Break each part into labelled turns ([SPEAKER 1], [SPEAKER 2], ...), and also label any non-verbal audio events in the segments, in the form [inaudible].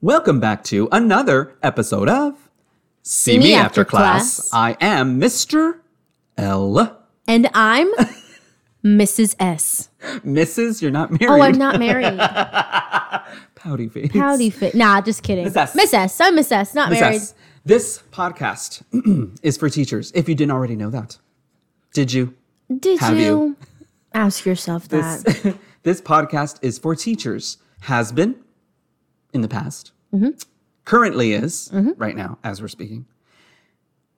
[SPEAKER 1] Welcome back to another episode of See
[SPEAKER 2] Me After Class.
[SPEAKER 1] I am Mr. L.
[SPEAKER 2] And [laughs] I'm Mrs. S.
[SPEAKER 1] Mrs. You're not married.
[SPEAKER 2] Oh, I'm not married.
[SPEAKER 1] Pouty face.
[SPEAKER 2] Howdy, fit. Nah, just kidding. Miss
[SPEAKER 1] S.
[SPEAKER 2] Miss S. I'm Miss S. Not
[SPEAKER 1] Miss
[SPEAKER 2] married.
[SPEAKER 1] S, This podcast [clears throat] is for teachers. If you didn't already know that, did you?
[SPEAKER 2] Did
[SPEAKER 1] Have
[SPEAKER 2] you,
[SPEAKER 1] you?
[SPEAKER 2] ask yourself that?
[SPEAKER 1] This, [laughs] this podcast is for teachers. Has been in the past.
[SPEAKER 2] Mm-hmm.
[SPEAKER 1] Currently is right now as we're speaking.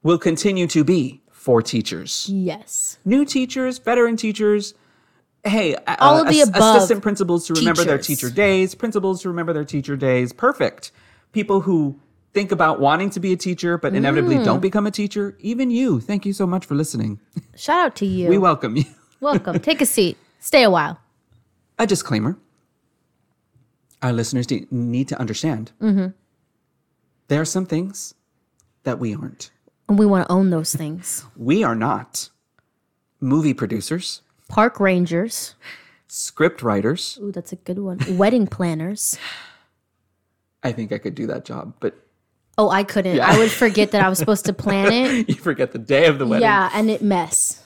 [SPEAKER 1] Will continue to be for teachers.
[SPEAKER 2] yes.
[SPEAKER 1] new teachers, veteran teachers. Hey, uh,
[SPEAKER 2] All of the above
[SPEAKER 1] assistant principals to remember their
[SPEAKER 2] teachers.
[SPEAKER 1] teacher days, principals to remember their teacher days. Perfect. People who think about wanting to be a teacher but inevitably
[SPEAKER 2] Mm.
[SPEAKER 1] don't become a teacher. Even you. Thank you so much for listening.
[SPEAKER 2] Shout out to you.
[SPEAKER 1] We welcome you.
[SPEAKER 2] Welcome. Take a seat. Stay a while.
[SPEAKER 1] A disclaimer: Our listeners de- need to understand
[SPEAKER 2] Mm-hmm.
[SPEAKER 1] there are some things that we aren't.
[SPEAKER 2] And we want to own those things.
[SPEAKER 1] We are not movie producers,
[SPEAKER 2] Park rangers.
[SPEAKER 1] script writers.
[SPEAKER 2] Ooh, that's a good one. Wedding planners.
[SPEAKER 1] I think I could do that job, but
[SPEAKER 2] Oh, I couldn't. I would forget that I was supposed to plan it.
[SPEAKER 1] you forget the day of the [laughs] wedding.
[SPEAKER 2] Yeah, and it mess.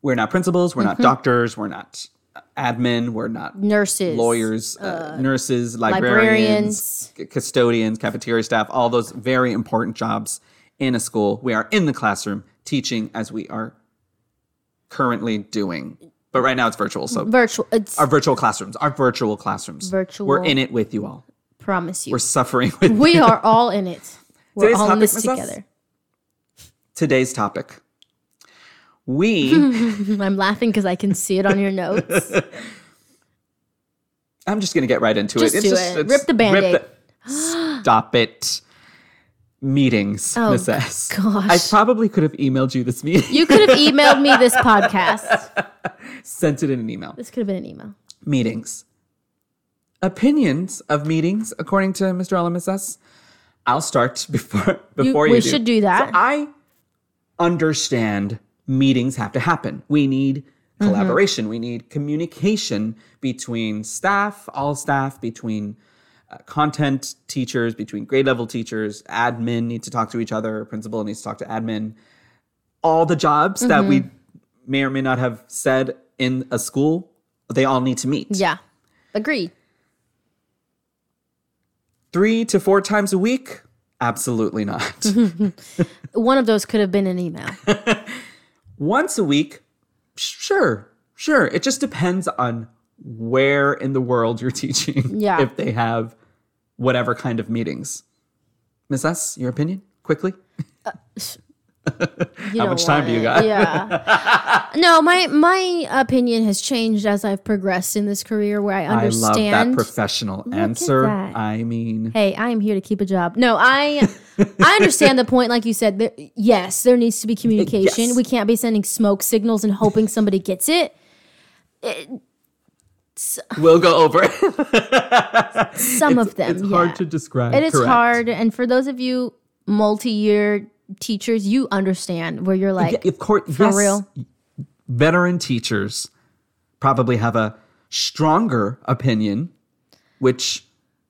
[SPEAKER 1] We're not principals. We're
[SPEAKER 2] Mm-hmm.
[SPEAKER 1] not doctors. We're not admin. We're not
[SPEAKER 2] Nurses.
[SPEAKER 1] lawyers, uh, nurses, librarians,
[SPEAKER 2] librarians.
[SPEAKER 1] c- custodians, cafeteria staff, all those very important jobs in a school. We are in the classroom teaching as we are currently doing. But right now it's virtual. So
[SPEAKER 2] Virtual. It's,
[SPEAKER 1] our virtual classrooms, our virtual classrooms. We're
[SPEAKER 2] Mm-hmm. Virtual.
[SPEAKER 1] in it with you all.
[SPEAKER 2] promise you.
[SPEAKER 1] We're suffering with
[SPEAKER 2] We are all in it. We're
[SPEAKER 1] Today's
[SPEAKER 2] all in
[SPEAKER 1] topic,
[SPEAKER 2] this
[SPEAKER 1] Miss S?
[SPEAKER 2] together.
[SPEAKER 1] today's topic.
[SPEAKER 2] [laughs]
[SPEAKER 1] We,
[SPEAKER 2] I'm laughing because I can see it on your notes.
[SPEAKER 1] [laughs] I'm just going to get right into
[SPEAKER 2] Just
[SPEAKER 1] it.
[SPEAKER 2] do it. Rip the Band-Aid.
[SPEAKER 1] the- [gasps] Stop it. Meetings,
[SPEAKER 2] Oh,
[SPEAKER 1] Miss S.
[SPEAKER 2] gosh.
[SPEAKER 1] I probably could have emailed you this meeting. [laughs]
[SPEAKER 2] You could have emailed me this podcast.
[SPEAKER 1] sent it in an email.
[SPEAKER 2] This could have been an email.
[SPEAKER 1] Meetings. Opinions of meetings, according to Mr. LMSS. I'll start [laughs] before before you.
[SPEAKER 2] we should do that.
[SPEAKER 1] So I understand meetings have to happen. We need collaboration. We need communication between staff, all staff, between uh, content teachers, between grade level teachers. Admin need to talk to each other. Principal needs to talk to admin. All the jobs that we may or may not have said in a school, they all need to meet.
[SPEAKER 2] Yeah. Agreed.
[SPEAKER 1] Three to four times a week? Absolutely not.
[SPEAKER 2] One of those could have been an email.
[SPEAKER 1] once a week sure sure it just depends on where in the world you're [laughs] teaching
[SPEAKER 2] Yeah.
[SPEAKER 1] if they have whatever kind of meetings miss s your opinion quickly
[SPEAKER 2] You How
[SPEAKER 1] much time do you got?
[SPEAKER 2] Yeah.
[SPEAKER 1] [laughs]
[SPEAKER 2] No, my my opinion has changed as I've progressed in this career where I understand.
[SPEAKER 1] i love that professional answer
[SPEAKER 2] that.
[SPEAKER 1] i
[SPEAKER 2] [laughs]
[SPEAKER 1] mean [laughs]
[SPEAKER 2] hey, I am here to keep a job. No, I I understand the point. Like you said, there, yes, there needs to be communication.
[SPEAKER 1] Yes.
[SPEAKER 2] We can't be sending smoke signals and hoping somebody gets it.
[SPEAKER 1] we'll go over it
[SPEAKER 2] Some of them.
[SPEAKER 1] it's hard
[SPEAKER 2] yeah.
[SPEAKER 1] to describe
[SPEAKER 2] It is
[SPEAKER 1] correct.
[SPEAKER 2] hard. And for those of you multi year teachers, you understand where you're like,
[SPEAKER 1] Yeah, of course for yes,
[SPEAKER 2] real.
[SPEAKER 1] veteran teachers probably have a stronger opinion which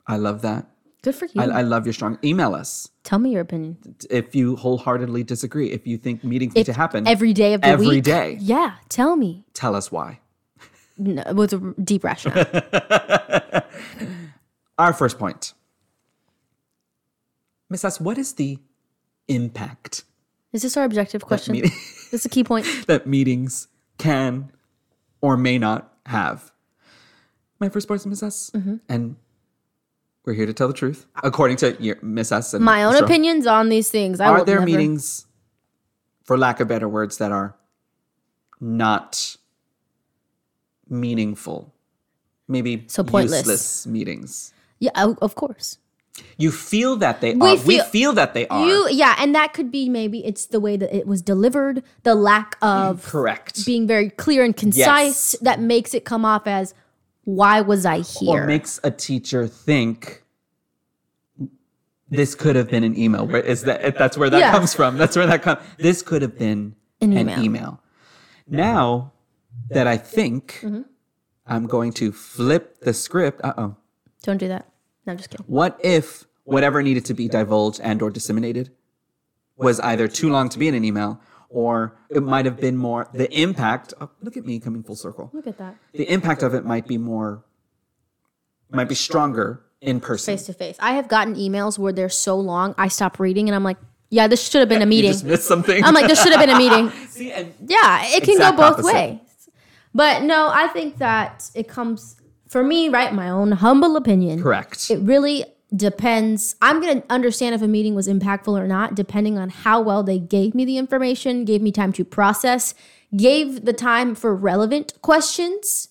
[SPEAKER 1] i love that
[SPEAKER 2] good for you.
[SPEAKER 1] I, I love your strong email us
[SPEAKER 2] Tell me your opinion.
[SPEAKER 1] if you wholeheartedly disagree, if you think meetings need to happen
[SPEAKER 2] Every day of the
[SPEAKER 1] every
[SPEAKER 2] week.
[SPEAKER 1] day.
[SPEAKER 2] Yeah. Tell me.
[SPEAKER 1] tell us why.
[SPEAKER 2] No, with a
[SPEAKER 1] [laughs]
[SPEAKER 2] deep rationale.
[SPEAKER 1] Our first point. Miss S, what is the impact
[SPEAKER 2] Is this our objective question?
[SPEAKER 1] meeting-
[SPEAKER 2] [laughs] This is a
[SPEAKER 1] [laughs]
[SPEAKER 2] key point.
[SPEAKER 1] that meetings can or may not have? My first point is Miss S,
[SPEAKER 2] Mm-hmm.
[SPEAKER 1] and we're here to tell the truth, according to your, Miss S. And
[SPEAKER 2] My own
[SPEAKER 1] Mr.
[SPEAKER 2] opinions on these things. I
[SPEAKER 1] Are
[SPEAKER 2] will
[SPEAKER 1] there
[SPEAKER 2] never-
[SPEAKER 1] meetings, for lack of better words, that are not meaningful? Maybe
[SPEAKER 2] So pointless.
[SPEAKER 1] useless meetings.
[SPEAKER 2] Yeah, o- of course.
[SPEAKER 1] You feel that they are. we
[SPEAKER 2] feel-
[SPEAKER 1] feel that they are.
[SPEAKER 2] You, yeah, and that could be maybe it's the way that it was delivered, the lack of
[SPEAKER 1] Mm, Correct.
[SPEAKER 2] being very clear and concise that makes it come off as, why was I here?
[SPEAKER 1] or makes a teacher think this could have been an email. Where is that? That's where that
[SPEAKER 2] Yeah.
[SPEAKER 1] comes from. That's where that comes. This could have been an
[SPEAKER 2] An
[SPEAKER 1] email.
[SPEAKER 2] email.
[SPEAKER 1] Now that
[SPEAKER 2] Mm-hmm.
[SPEAKER 1] I think, I'm going to flip the script. Uh oh.
[SPEAKER 2] Don't do that. No, I'm just kidding.
[SPEAKER 1] What if whatever needed to be divulged and or disseminated was either too long to be in an email or it might have been more the impact oh, look at me coming full circle.
[SPEAKER 2] Look at that.
[SPEAKER 1] The impact of it might be more might be stronger in person.
[SPEAKER 2] Face to face. I have gotten emails where they're so long, I stop reading and I'm like, yeah, this should have been a
[SPEAKER 1] You
[SPEAKER 2] meeting.
[SPEAKER 1] just missed something.
[SPEAKER 2] I'm like, there should
[SPEAKER 1] [laughs]
[SPEAKER 2] have been a meeting.
[SPEAKER 1] See, and
[SPEAKER 2] Yeah, it can
[SPEAKER 1] Exact
[SPEAKER 2] go both
[SPEAKER 1] opposite.
[SPEAKER 2] ways. But no, I think that it comes for me, right? My own humble opinion.
[SPEAKER 1] correct.
[SPEAKER 2] It really depends. I'm going to understand if a meeting was impactful or not, depending on how well they gave me the information, gave me time to process, gave the time for relevant questions,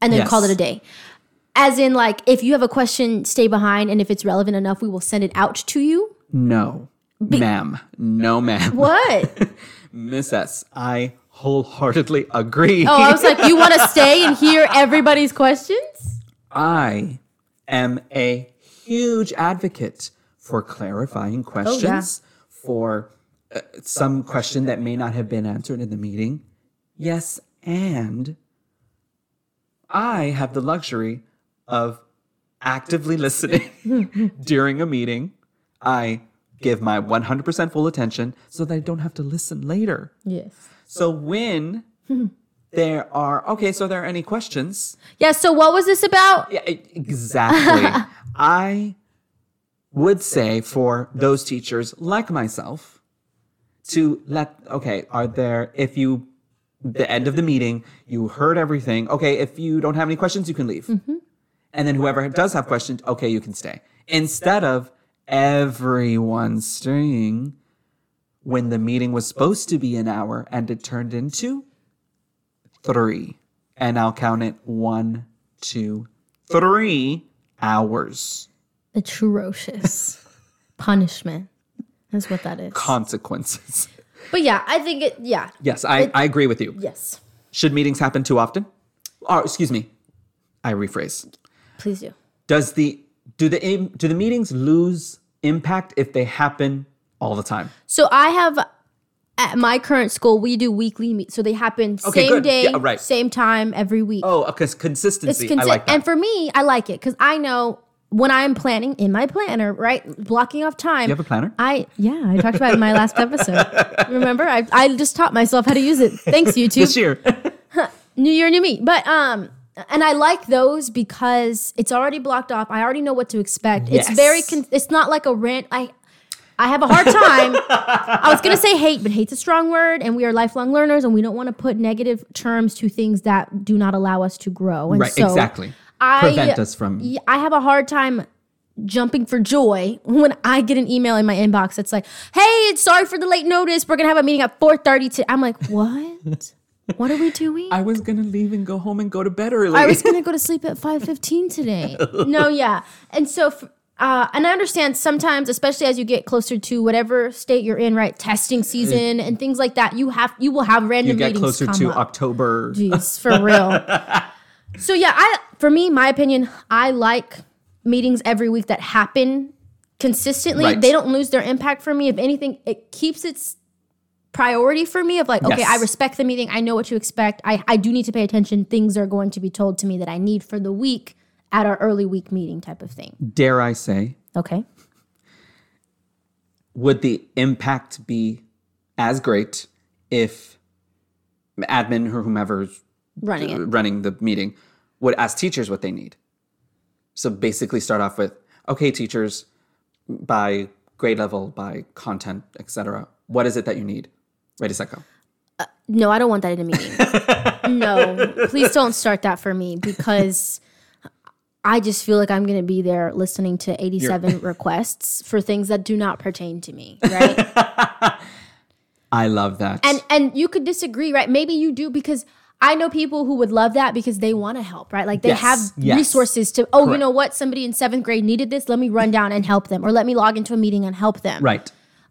[SPEAKER 2] and then
[SPEAKER 1] Yes.
[SPEAKER 2] called it a day. As in, like, if you have a question, stay behind, and if it's relevant enough, we will send it out to you.
[SPEAKER 1] no. ma'am. No ma'am.
[SPEAKER 2] What?
[SPEAKER 1] Miss S, I wholeheartedly agree.
[SPEAKER 2] [laughs] oh, I was like, you want to stay and hear everybody's questions?
[SPEAKER 1] I am a huge advocate for clarifying questions, for uh, some question that may not have been answered in the meeting. Yes, and I have the luxury of actively listening [laughs] during a meeting. I give my 100% full attention so that I don't have to listen later.
[SPEAKER 2] Yes.
[SPEAKER 1] So when there are okay, so there are any questions?
[SPEAKER 2] Yeah, so what was this about?
[SPEAKER 1] Yeah, e- exactly. I would say for those teachers like myself to let okay, are there if you the end of the meeting, you heard everything. Okay, if you don't have any questions, you can leave. And then whoever does have questions, okay, you can stay. Instead of everyone staying when the meeting was supposed to be an hour and it turned into three. And I'll count it one, two, three hours.
[SPEAKER 2] atrocious [laughs] punishment. That's what that is.
[SPEAKER 1] Consequences. [laughs]
[SPEAKER 2] but yeah, I think it. Yeah,
[SPEAKER 1] Yes, I, I agree with you.
[SPEAKER 2] yes,
[SPEAKER 1] Should meetings happen too often? Or excuse me, I rephrase.
[SPEAKER 2] please do.
[SPEAKER 1] Does the do the im- do the meetings lose impact if they happen all the time?
[SPEAKER 2] So I have at my current school, we do weekly meet. So they happen
[SPEAKER 1] Okay,
[SPEAKER 2] same
[SPEAKER 1] good.
[SPEAKER 2] day,
[SPEAKER 1] Yeah, right.
[SPEAKER 2] same time every week.
[SPEAKER 1] Oh, because consistency. I
[SPEAKER 2] consi-
[SPEAKER 1] like that.
[SPEAKER 2] And for me, I like it because I know when I'm planning in my planner, right, blocking off time.
[SPEAKER 1] you have a planner?
[SPEAKER 2] I yeah, I talked about it in my last
[SPEAKER 1] [laughs]
[SPEAKER 2] episode. Remember, I I just taught myself how to use it. Thanks, YouTube.
[SPEAKER 1] This
[SPEAKER 2] [laughs]
[SPEAKER 1] year.
[SPEAKER 2] new year new me but um and i like those because it's already blocked off i already know what to expect
[SPEAKER 1] Yes.
[SPEAKER 2] it's very con- it's not like a rant i i have a
[SPEAKER 1] [laughs]
[SPEAKER 2] hard time i was gonna say hate but hate's a strong word and we are lifelong learners and we don't want to put negative terms to things that do not allow us to grow and
[SPEAKER 1] right,
[SPEAKER 2] so
[SPEAKER 1] exactly.
[SPEAKER 2] I- uh,
[SPEAKER 1] Prevent us from
[SPEAKER 2] y- i have a hard time jumping for joy when i get an email in my inbox that's like hey it's sorry for the late notice we're gonna have a meeting at 4.30 today i'm
[SPEAKER 1] [laughs]
[SPEAKER 2] like what what are we doing
[SPEAKER 1] I was gonna leave and go home and go to bed early.
[SPEAKER 2] I was gonna go to sleep at five
[SPEAKER 1] [laughs]
[SPEAKER 2] fifteen today. no, yeah, and so. f- Uh, and I understand sometimes, especially as you get closer to whatever state you're in, right? Testing season and things like that. You have you will have random
[SPEAKER 1] Mm. you get
[SPEAKER 2] meetings
[SPEAKER 1] closer
[SPEAKER 2] come
[SPEAKER 1] to
[SPEAKER 2] up.
[SPEAKER 1] October.
[SPEAKER 2] Jeez, for
[SPEAKER 1] [laughs]
[SPEAKER 2] real. so yeah, I for me, my opinion, I like meetings every week that happen consistently.
[SPEAKER 1] Right.
[SPEAKER 2] They don't lose their impact for me. If anything, it keeps its priority for me of like, okay,
[SPEAKER 1] Yes.
[SPEAKER 2] I respect the meeting. I know what to expect. I, I do need to pay attention. Things are going to be told to me that I need for the week at our early week meeting type of thing.
[SPEAKER 1] Dare I say,
[SPEAKER 2] Okay.
[SPEAKER 1] would the impact be as great if admin or whomever's
[SPEAKER 2] Running it.
[SPEAKER 1] running the meeting would ask teachers what they need? So basically, start off with, okay, teachers, by grade level, by content, etc. What is it that you need? Ready, set, go.
[SPEAKER 2] No, I don't want that in a meeting. no, please don't start that for me because I just feel like I'm going to be there listening to 87
[SPEAKER 1] [laughs]
[SPEAKER 2] requests for things that do not pertain to me,
[SPEAKER 1] [laughs]
[SPEAKER 2] right?
[SPEAKER 1] I love that.
[SPEAKER 2] and and you could disagree, right? Maybe you do because I know people who would love that because they want to help, right? Like they
[SPEAKER 1] Yes,
[SPEAKER 2] have
[SPEAKER 1] yes.
[SPEAKER 2] resources to, oh, you
[SPEAKER 1] Correct.
[SPEAKER 2] know what? Somebody in seventh grade needed this. Let me run down and help them, or let me log into a meeting and help them.
[SPEAKER 1] right.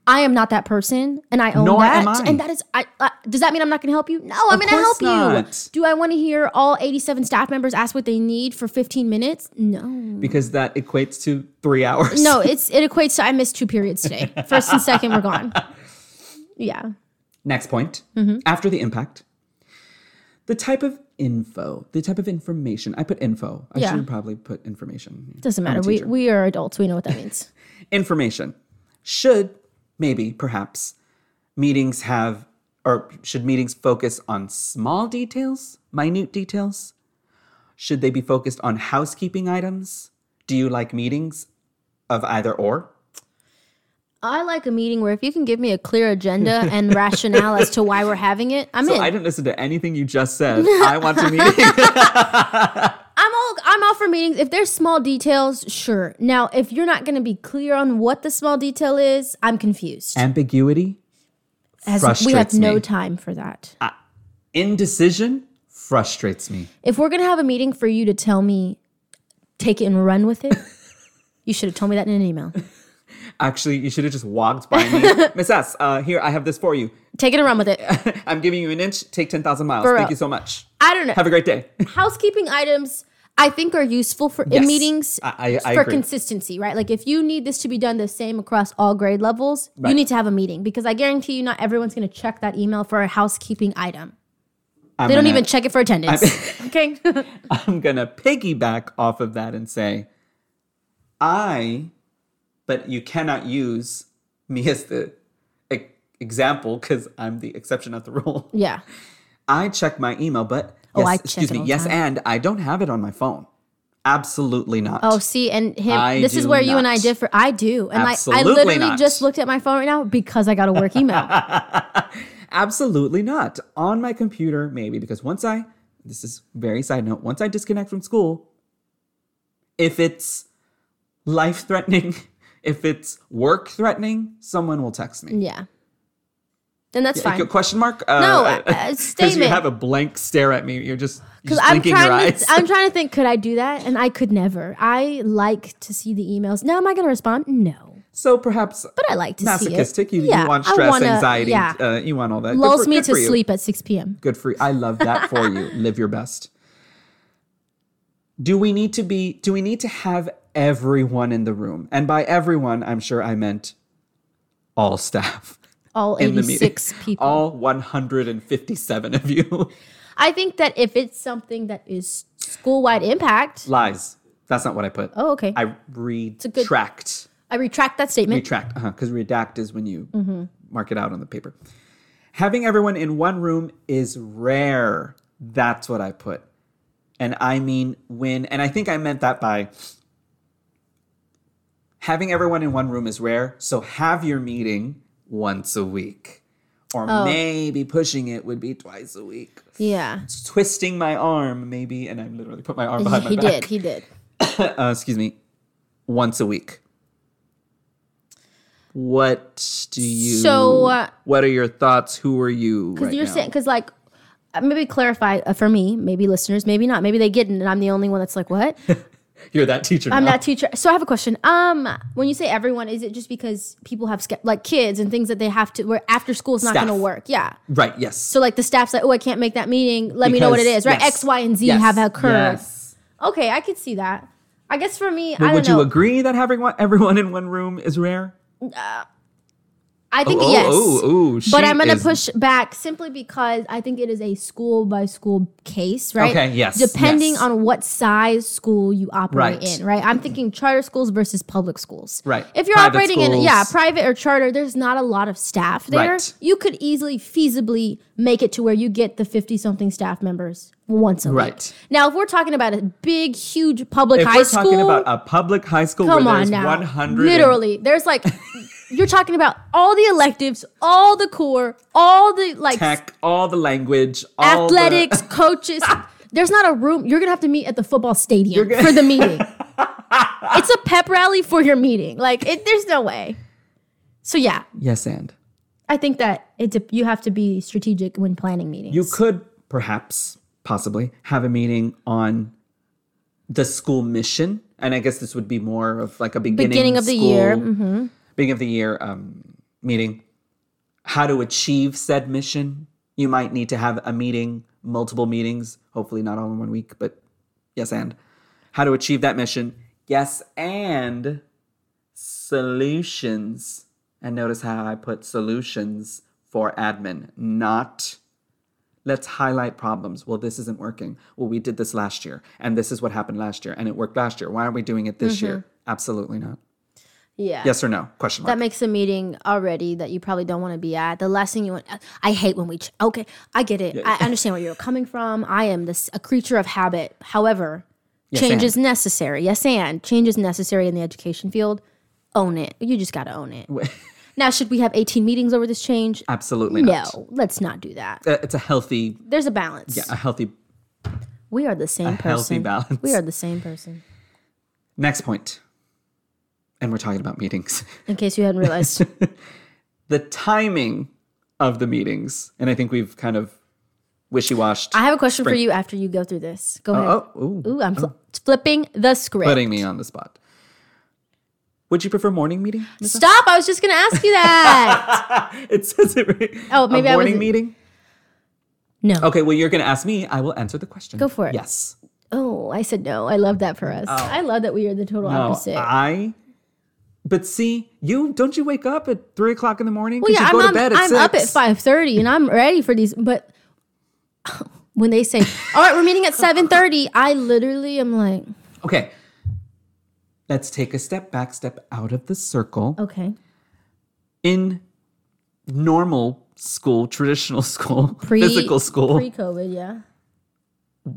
[SPEAKER 2] I am not that person, and I own
[SPEAKER 1] Nor
[SPEAKER 2] that.
[SPEAKER 1] am I.
[SPEAKER 2] And that is, I, I, does that mean I'm not going to help you? No, I'm going to
[SPEAKER 1] course
[SPEAKER 2] help
[SPEAKER 1] not.
[SPEAKER 2] you. Do I want to hear all 87 staff members ask what they need for 15 minutes? No,
[SPEAKER 1] Because that equates to three hours.
[SPEAKER 2] no, it's it equates to I missed two periods today. First and second were gone. Yeah,
[SPEAKER 1] Next point. After the impact, the type of info, the type of information. I put info. I
[SPEAKER 2] Yeah.
[SPEAKER 1] should probably put information.
[SPEAKER 2] Doesn't matter. We
[SPEAKER 1] teacher.
[SPEAKER 2] we are adults. We know what that means.
[SPEAKER 1] Information. Should, maybe, perhaps, meetings have, or should meetings focus on small details, minute details? Should they be focused on housekeeping items? Do you like meetings of either or?
[SPEAKER 2] I like a meeting where if you can give me a
[SPEAKER 1] [laughs]
[SPEAKER 2] clear agenda and rationale as to why we're having it, I'm in.
[SPEAKER 1] I didn't listen to anything you just said. I want to meet.
[SPEAKER 2] I'm all I'm all for meetings. If there's small details, sure. Now, if you're not going to be clear on what the small detail is, I'm confused.
[SPEAKER 1] Ambiguity,
[SPEAKER 2] As we have
[SPEAKER 1] frustrates
[SPEAKER 2] no
[SPEAKER 1] me.
[SPEAKER 2] time for that.
[SPEAKER 1] indecision frustrates me.
[SPEAKER 2] if we're going to have a meeting for you to tell me take it and run
[SPEAKER 1] [laughs]
[SPEAKER 2] with it, you should have told me that in an email.
[SPEAKER 1] Actually, you should have just walked by
[SPEAKER 2] [laughs]
[SPEAKER 1] me. Miss S, uh, here, I have this for you. [laughs]
[SPEAKER 2] Take it and run with it.
[SPEAKER 1] I'm giving you an inch, take 10,000 miles.
[SPEAKER 2] For
[SPEAKER 1] Thank
[SPEAKER 2] real.
[SPEAKER 1] you so much.
[SPEAKER 2] I don't know.
[SPEAKER 1] Have a great
[SPEAKER 2] [laughs]
[SPEAKER 1] day.
[SPEAKER 2] Housekeeping items I think are useful for in
[SPEAKER 1] Yes.
[SPEAKER 2] meetings
[SPEAKER 1] I, I, I
[SPEAKER 2] for
[SPEAKER 1] agree.
[SPEAKER 2] consistency, right? Like if you need this to be done the same across all grade levels, you need to have a meeting because I guarantee you not everyone's going to check that email for a housekeeping item.
[SPEAKER 1] I'm
[SPEAKER 2] They don't
[SPEAKER 1] gonna-
[SPEAKER 2] even check it for attendance. [laughs] okay.
[SPEAKER 1] [laughs] I'm going to piggyback off of that and say, I, but you cannot use me as the e- example because I'm the exception of the rule. [laughs]
[SPEAKER 2] yeah.
[SPEAKER 1] I check my email, but
[SPEAKER 2] Oh,
[SPEAKER 1] yes,
[SPEAKER 2] I check
[SPEAKER 1] excuse
[SPEAKER 2] it
[SPEAKER 1] me,
[SPEAKER 2] all the
[SPEAKER 1] yes,
[SPEAKER 2] time.
[SPEAKER 1] and I don't have it on my phone. Absolutely not.
[SPEAKER 2] Oh, see, and him.
[SPEAKER 1] I
[SPEAKER 2] this is
[SPEAKER 1] do
[SPEAKER 2] where you and I
[SPEAKER 1] not.
[SPEAKER 2] differ. I do, and like I
[SPEAKER 1] Absolutely
[SPEAKER 2] literally
[SPEAKER 1] not.
[SPEAKER 2] just looked at my phone right now because I got
[SPEAKER 1] [laughs]
[SPEAKER 2] a work email.
[SPEAKER 1] Absolutely not. On my computer, maybe, because once I, this is very side note, once I disconnect from school, if it's life threatening, [laughs] if it's work threatening, someone will text me.
[SPEAKER 2] yeah, and that's
[SPEAKER 1] Like a
[SPEAKER 2] fine.
[SPEAKER 1] question mark? Uh,
[SPEAKER 2] No,
[SPEAKER 1] uh,
[SPEAKER 2] a-
[SPEAKER 1] [laughs]
[SPEAKER 2] a
[SPEAKER 1] you
[SPEAKER 2] statement.
[SPEAKER 1] have a blank stare at me. You're just, you're just
[SPEAKER 2] I'm
[SPEAKER 1] blinking your
[SPEAKER 2] trying
[SPEAKER 1] eyes.
[SPEAKER 2] to. I'm trying to think. Could I do that? And I could never. I like to see the emails. Now, am I going to respond? No,
[SPEAKER 1] [laughs] so perhaps
[SPEAKER 2] but I like to see it.
[SPEAKER 1] masochistic. You, you want
[SPEAKER 2] I
[SPEAKER 1] stress,
[SPEAKER 2] wanna-
[SPEAKER 1] anxiety.
[SPEAKER 2] Yeah,
[SPEAKER 1] Uh, you want all that. Good
[SPEAKER 2] lulls
[SPEAKER 1] for-
[SPEAKER 2] me
[SPEAKER 1] good
[SPEAKER 2] to
[SPEAKER 1] for you.
[SPEAKER 2] sleep at 6 p.m.
[SPEAKER 1] Good for you. I love that for
[SPEAKER 2] [laughs]
[SPEAKER 1] you. Live your best. Do we need to be do we need to have everyone in the room? And by everyone, I'm sure I meant all staff
[SPEAKER 2] All
[SPEAKER 1] in the meeting.
[SPEAKER 2] 86 [laughs] people.
[SPEAKER 1] All 157 of you. [laughs]
[SPEAKER 2] I think that if it's something that is school-wide impact.
[SPEAKER 1] Lies. That's not what I put.
[SPEAKER 2] Oh, okay. I,
[SPEAKER 1] I retract.
[SPEAKER 2] good- retract that statement.
[SPEAKER 1] retract because redact is when you mark it out on the paper having everyone in one room is rare that's what i put and i mean when and i think i meant that by having everyone in one room is rare so have your meeting once a week or maybe pushing it would be twice a week
[SPEAKER 2] yeah,
[SPEAKER 1] twisting my arm maybe and i literally put my arm behind my
[SPEAKER 2] [laughs] he
[SPEAKER 1] back
[SPEAKER 2] did. He did.
[SPEAKER 1] uh, excuse me, once a week. What do you?
[SPEAKER 2] So, uh,
[SPEAKER 1] what are your thoughts? Who are you?
[SPEAKER 2] Because
[SPEAKER 1] right
[SPEAKER 2] you're
[SPEAKER 1] now?
[SPEAKER 2] saying, because like, uh, maybe clarify uh, for me, maybe listeners, maybe not. Maybe they get it and I'm the only one that's
[SPEAKER 1] [laughs]
[SPEAKER 2] like, what?
[SPEAKER 1] you're that teacher.
[SPEAKER 2] I'm
[SPEAKER 1] now.
[SPEAKER 2] that teacher. So I have a question. Um, When you say everyone, is it just because people have, ske- like, kids and things that they have to, where after school is not going to
[SPEAKER 1] Staff.
[SPEAKER 2] work? Yeah.
[SPEAKER 1] right. Yes. So
[SPEAKER 2] So, like, the staff's like, oh, I can't make that meeting. Let me know what it
[SPEAKER 1] Because-
[SPEAKER 2] is, right?
[SPEAKER 1] yes.
[SPEAKER 2] X, Y, and Z
[SPEAKER 1] yes.
[SPEAKER 2] have occurred.
[SPEAKER 1] Yes.
[SPEAKER 2] Okay, I could see that. I guess for me, I
[SPEAKER 1] But
[SPEAKER 2] don't
[SPEAKER 1] would
[SPEAKER 2] know.
[SPEAKER 1] you agree that having one, everyone in one room is rare?
[SPEAKER 2] I think
[SPEAKER 1] oh,
[SPEAKER 2] yes.
[SPEAKER 1] oh, oh, she
[SPEAKER 2] but I'm going to
[SPEAKER 1] is-
[SPEAKER 2] push back simply because I think it is a school by school case, right?
[SPEAKER 1] Okay, yes,
[SPEAKER 2] Depending
[SPEAKER 1] yes.
[SPEAKER 2] on what size school you operate
[SPEAKER 1] Right.
[SPEAKER 2] in, right? I'm thinking charter schools versus public schools.
[SPEAKER 1] Right.
[SPEAKER 2] If you're
[SPEAKER 1] Private
[SPEAKER 2] operating in yeah,
[SPEAKER 1] schools.
[SPEAKER 2] private or charter, there's not a lot of staff there.
[SPEAKER 1] Right.
[SPEAKER 2] You could easily feasibly make it to where you get the 50 something staff members once a
[SPEAKER 1] Right.
[SPEAKER 2] week. Now, if we're talking about a big huge public
[SPEAKER 1] If
[SPEAKER 2] high
[SPEAKER 1] we're
[SPEAKER 2] school
[SPEAKER 1] talking about a public high school
[SPEAKER 2] Come
[SPEAKER 1] where
[SPEAKER 2] on
[SPEAKER 1] there's
[SPEAKER 2] now.
[SPEAKER 1] 100, and-
[SPEAKER 2] Literally, there's like you're talking about all the electives, all the core, all the like
[SPEAKER 1] tech, all the language, all the-
[SPEAKER 2] athletics,
[SPEAKER 1] [laughs]
[SPEAKER 2] coaches. There's not a room. You're gonna have to meet at the football stadium
[SPEAKER 1] [laughs]
[SPEAKER 2] for the meeting. it's a pep rally for your meeting. Like, it, there's no way. So yeah,
[SPEAKER 1] yes, and
[SPEAKER 2] I think that it's a, you have to be strategic when planning meetings.
[SPEAKER 1] You could perhaps, possibly, have a meeting on the school mission, and I guess this would be more of like a beginning,
[SPEAKER 2] Beginning of the
[SPEAKER 1] school-
[SPEAKER 2] year, mm-hmm.
[SPEAKER 1] beginning of the year um, meeting. How to achieve said mission? You might need to have a meeting, multiple meetings, hopefully not all in one week, but yes, and how to achieve that mission? Yes, and solutions. And notice how I put solutions for admin, not Let's highlight problems. Well, this isn't working. Well, we did this last year, and this is what happened last year, and it worked last year. Why aren't we doing it
[SPEAKER 2] Mm-hmm.
[SPEAKER 1] this year? Absolutely not.
[SPEAKER 2] Yeah.
[SPEAKER 1] Yes or no? Question mark.
[SPEAKER 2] That makes a meeting already that you probably don't want to be at. The last thing you want. I hate when we. Ch- okay, I get it. I understand where you're coming from. I am this a creature of habit. However, change
[SPEAKER 1] and.
[SPEAKER 2] is necessary. Yes, and change is necessary in the education field. Own it. You just got to own it. now, should we have 18 meetings over this change?
[SPEAKER 1] Uh, Absolutely
[SPEAKER 2] No,
[SPEAKER 1] not.
[SPEAKER 2] let's not do that.
[SPEAKER 1] Uh, It's a healthy,
[SPEAKER 2] There's a balance.
[SPEAKER 1] a healthy.
[SPEAKER 2] We are the same person.
[SPEAKER 1] healthy balance.
[SPEAKER 2] We are the same person.
[SPEAKER 1] Next point, and we're talking about meetings. [laughs]
[SPEAKER 2] In case you hadn't realized.
[SPEAKER 1] the timing of the meetings, and I think we've kind of wishy-washed,
[SPEAKER 2] I have a question for you after you go through this. Go ahead.
[SPEAKER 1] oh, ooh,
[SPEAKER 2] Ooh, I'm fl- flipping the script.
[SPEAKER 1] putting me on the spot. Would you prefer morning meeting?
[SPEAKER 2] [laughs] Stop! I was just gonna ask
[SPEAKER 1] [laughs]
[SPEAKER 2] you that.
[SPEAKER 1] It says it right.
[SPEAKER 2] Oh, maybe
[SPEAKER 1] a
[SPEAKER 2] I
[SPEAKER 1] morning
[SPEAKER 2] wasn't-
[SPEAKER 1] meeting.
[SPEAKER 2] no.
[SPEAKER 1] Okay, well, you're going to ask me. I will answer the question. Go
[SPEAKER 2] for it.
[SPEAKER 1] Yes.
[SPEAKER 2] Oh, I said no. I love that for us. I love that we are the total
[SPEAKER 1] Oh. No, uh,
[SPEAKER 2] opposite.
[SPEAKER 1] I. But see, you don't you wake up at three o'clock in the morning?
[SPEAKER 2] well, yeah,
[SPEAKER 1] you
[SPEAKER 2] I'm,
[SPEAKER 1] go
[SPEAKER 2] on-
[SPEAKER 1] to bed at
[SPEAKER 2] I'm
[SPEAKER 1] six.
[SPEAKER 2] up at five thirty, and I'm ready for these. But [laughs] when they say, "All right, we're meeting at 7.30, I literally am like,
[SPEAKER 1] Okay. Let's take a step back, step out of the circle.
[SPEAKER 2] "Okay,
[SPEAKER 1] In normal school, traditional [laughs] school,
[SPEAKER 2] Pre-
[SPEAKER 1] physical school,
[SPEAKER 2] pre-COVID, yeah,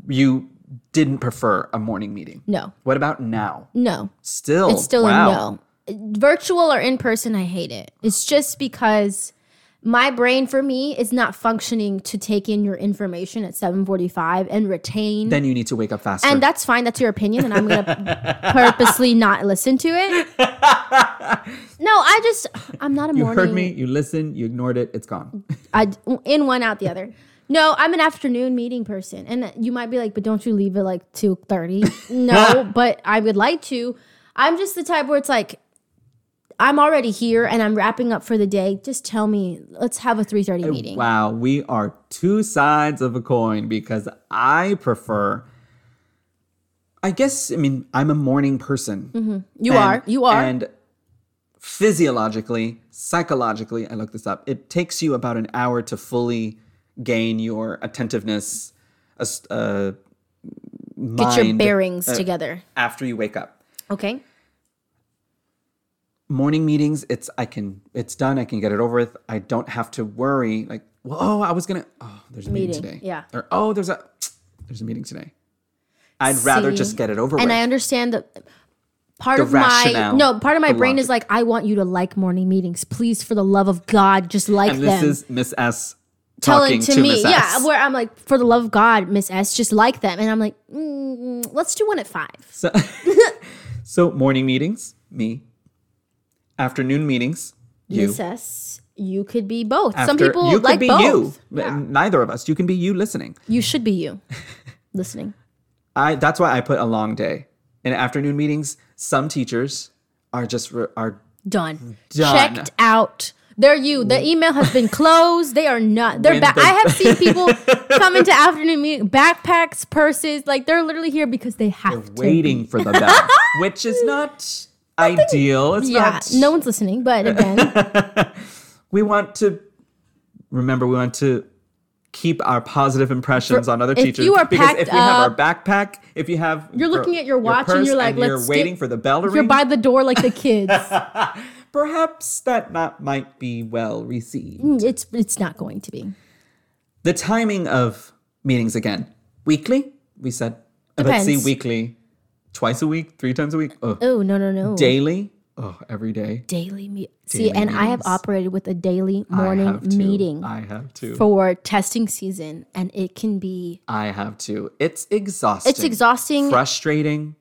[SPEAKER 1] you didn't prefer a morning meeting.
[SPEAKER 2] no,
[SPEAKER 1] What about now?
[SPEAKER 2] no,
[SPEAKER 1] Still,
[SPEAKER 2] it's still
[SPEAKER 1] Oh, wow.
[SPEAKER 2] a no. Virtual or in person, I hate it. It's just because my brain for me is not functioning to take in your information at 7:45 and retain
[SPEAKER 1] Then you need to wake up faster.
[SPEAKER 2] and that's fine. That's your opinion, and I'm gonna purposely not listen
[SPEAKER 1] [laughs]
[SPEAKER 2] to it. No, I just I'm not a
[SPEAKER 1] you
[SPEAKER 2] morning.
[SPEAKER 1] heard me. You listened. You ignored it. It's gone.
[SPEAKER 2] I in one out the other. No, I'm an afternoon meeting person, and you might be like, but don't you leave at like two
[SPEAKER 1] [laughs]
[SPEAKER 2] thirty? No, but I would like to. I'm just the type where it's like. I'm already here and I'm wrapping up for the day. Just tell me, let's have a 3:30 meeting.
[SPEAKER 1] Uh, Wow, we are two sides of a coin because I prefer. I guess I mean I'm a morning person.
[SPEAKER 2] Mm-hmm. You
[SPEAKER 1] And-
[SPEAKER 2] are, you are.
[SPEAKER 1] And physiologically, psychologically, I looked this up. It takes you about an hour to fully gain your attentiveness, uh, s- uh,
[SPEAKER 2] Get your
[SPEAKER 1] mind uh,
[SPEAKER 2] bearings together.
[SPEAKER 1] after you wake up.
[SPEAKER 2] Okay.
[SPEAKER 1] morning meetings it's i can it's done i can get it over with i don't have to worry like well oh i was gonna oh there's a meeting,
[SPEAKER 2] Meeting,
[SPEAKER 1] today
[SPEAKER 2] yeah.
[SPEAKER 1] or oh there's a there's a meeting today i'd rather
[SPEAKER 2] See,
[SPEAKER 1] just get it over
[SPEAKER 2] and
[SPEAKER 1] with
[SPEAKER 2] I understand that part
[SPEAKER 1] The
[SPEAKER 2] of my
[SPEAKER 1] rationale,
[SPEAKER 2] no part of my
[SPEAKER 1] the
[SPEAKER 2] brain
[SPEAKER 1] logic.
[SPEAKER 2] is like I want you to like morning meetings, please for the love of God, just like
[SPEAKER 1] and this
[SPEAKER 2] them.
[SPEAKER 1] is miss s talking
[SPEAKER 2] Telling to,
[SPEAKER 1] to
[SPEAKER 2] me,
[SPEAKER 1] miss
[SPEAKER 2] yeah,
[SPEAKER 1] s
[SPEAKER 2] where I'm like, for the love of God, Miss S, just like them, and I'm like, mm, let's do one at five.
[SPEAKER 1] so, so morning meetings me afternoon meetings you
[SPEAKER 2] Miss S, you could be both. Some
[SPEAKER 1] After-
[SPEAKER 2] people
[SPEAKER 1] you could
[SPEAKER 2] like
[SPEAKER 1] be
[SPEAKER 2] both.
[SPEAKER 1] you neither of us you can be you listening
[SPEAKER 2] You should be
[SPEAKER 1] [laughs]
[SPEAKER 2] you, listening.
[SPEAKER 1] I that's why i put a long day in afternoon meetings some teachers are just re- are
[SPEAKER 2] Done.
[SPEAKER 1] Done.
[SPEAKER 2] Checked out. They're you. The email has been closed. They are not. They're
[SPEAKER 1] When's
[SPEAKER 2] back.
[SPEAKER 1] the-
[SPEAKER 2] I have seen people come into afternoon meeting, backpacks, purses. Like they're literally here because they have to.
[SPEAKER 1] waiting for the
[SPEAKER 2] [laughs]
[SPEAKER 1] bell, which is not ideal. It's
[SPEAKER 2] Yeah.
[SPEAKER 1] not.
[SPEAKER 2] No one's listening. But again,
[SPEAKER 1] we want to remember. We want to keep our positive impressions on other
[SPEAKER 2] if
[SPEAKER 1] teachers.
[SPEAKER 2] you are
[SPEAKER 1] because
[SPEAKER 2] packed
[SPEAKER 1] if we have our backpack, if you have
[SPEAKER 2] You're looking at your watch and
[SPEAKER 1] purse
[SPEAKER 2] you're like,
[SPEAKER 1] you're
[SPEAKER 2] "Let's
[SPEAKER 1] waiting
[SPEAKER 2] skip-
[SPEAKER 1] for the bell to
[SPEAKER 2] you're
[SPEAKER 1] ring.
[SPEAKER 2] by the door like the
[SPEAKER 1] [laughs]
[SPEAKER 2] kids.
[SPEAKER 1] Perhaps that not might be well received.
[SPEAKER 2] mm, it's it's not going to be.
[SPEAKER 1] The timing of meetings again weekly. We said, but see
[SPEAKER 2] Depends.
[SPEAKER 1] weekly, twice a week, three times a week, oh,
[SPEAKER 2] Oh no no no.
[SPEAKER 1] daily, oh every day.
[SPEAKER 2] daily meet. See, and I have operated with a daily
[SPEAKER 1] I
[SPEAKER 2] morning
[SPEAKER 1] have to.
[SPEAKER 2] meeting
[SPEAKER 1] I have to.
[SPEAKER 2] for testing season, and it can be
[SPEAKER 1] I have to. It's exhausting.
[SPEAKER 2] It's exhausting.
[SPEAKER 1] Frustrating.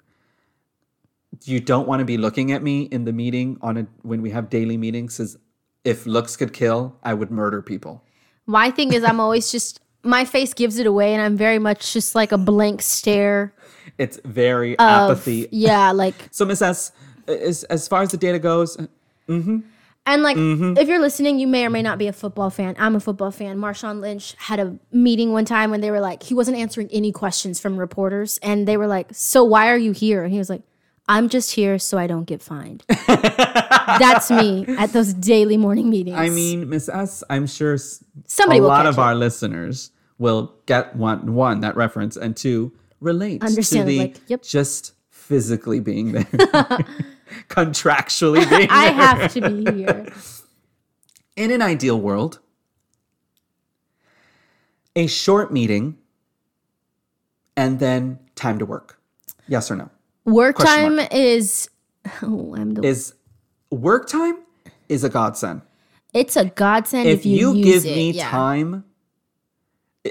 [SPEAKER 1] You don't want to be looking at me in the meeting on a when we have daily meetings. Is if looks could kill, I would murder people.
[SPEAKER 2] My thing is, I'm always just my face gives it away, and I'm very much just like a blank stare.
[SPEAKER 1] It's very
[SPEAKER 2] of-
[SPEAKER 1] apathy.
[SPEAKER 2] yeah, like
[SPEAKER 1] So Miss S, as as far as the data goes,
[SPEAKER 2] and like
[SPEAKER 1] Mm-hmm.
[SPEAKER 2] if you're listening, you may or may not be a football fan. I'm a football fan. Marshawn Lynch had a meeting one time when they were like he wasn't answering any questions from reporters, and they were like, "So why are you here?" And he was like. I'm just here so I don't get
[SPEAKER 1] [laughs]
[SPEAKER 2] fined. That's me at those daily morning meetings.
[SPEAKER 1] I mean Miss S, I'm sure s-
[SPEAKER 2] somebody
[SPEAKER 1] a
[SPEAKER 2] will
[SPEAKER 1] lot
[SPEAKER 2] catch
[SPEAKER 1] of
[SPEAKER 2] it.
[SPEAKER 1] our listeners will get one one that reference and two relate to
[SPEAKER 2] Understand,
[SPEAKER 1] the
[SPEAKER 2] like, yep.
[SPEAKER 1] just physically being there,
[SPEAKER 2] [laughs]
[SPEAKER 1] [laughs] contractually being
[SPEAKER 2] I
[SPEAKER 1] there.
[SPEAKER 2] have
[SPEAKER 1] [laughs]
[SPEAKER 2] to be here.
[SPEAKER 1] In an ideal world, a short meeting and then time to work. Yes or no?
[SPEAKER 2] Work
[SPEAKER 1] Question
[SPEAKER 2] time is. Oh, I'm the.
[SPEAKER 1] Is work time is a godsend.
[SPEAKER 2] it's a godsend if,
[SPEAKER 1] if you,
[SPEAKER 2] use
[SPEAKER 1] give
[SPEAKER 2] it,
[SPEAKER 1] me
[SPEAKER 2] yeah.
[SPEAKER 1] time